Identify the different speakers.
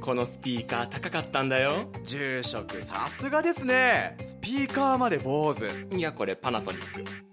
Speaker 1: このスピーカー高かったんだよ
Speaker 2: 住職さすがですねスピーカーまで坊主
Speaker 1: いやこれパナソニック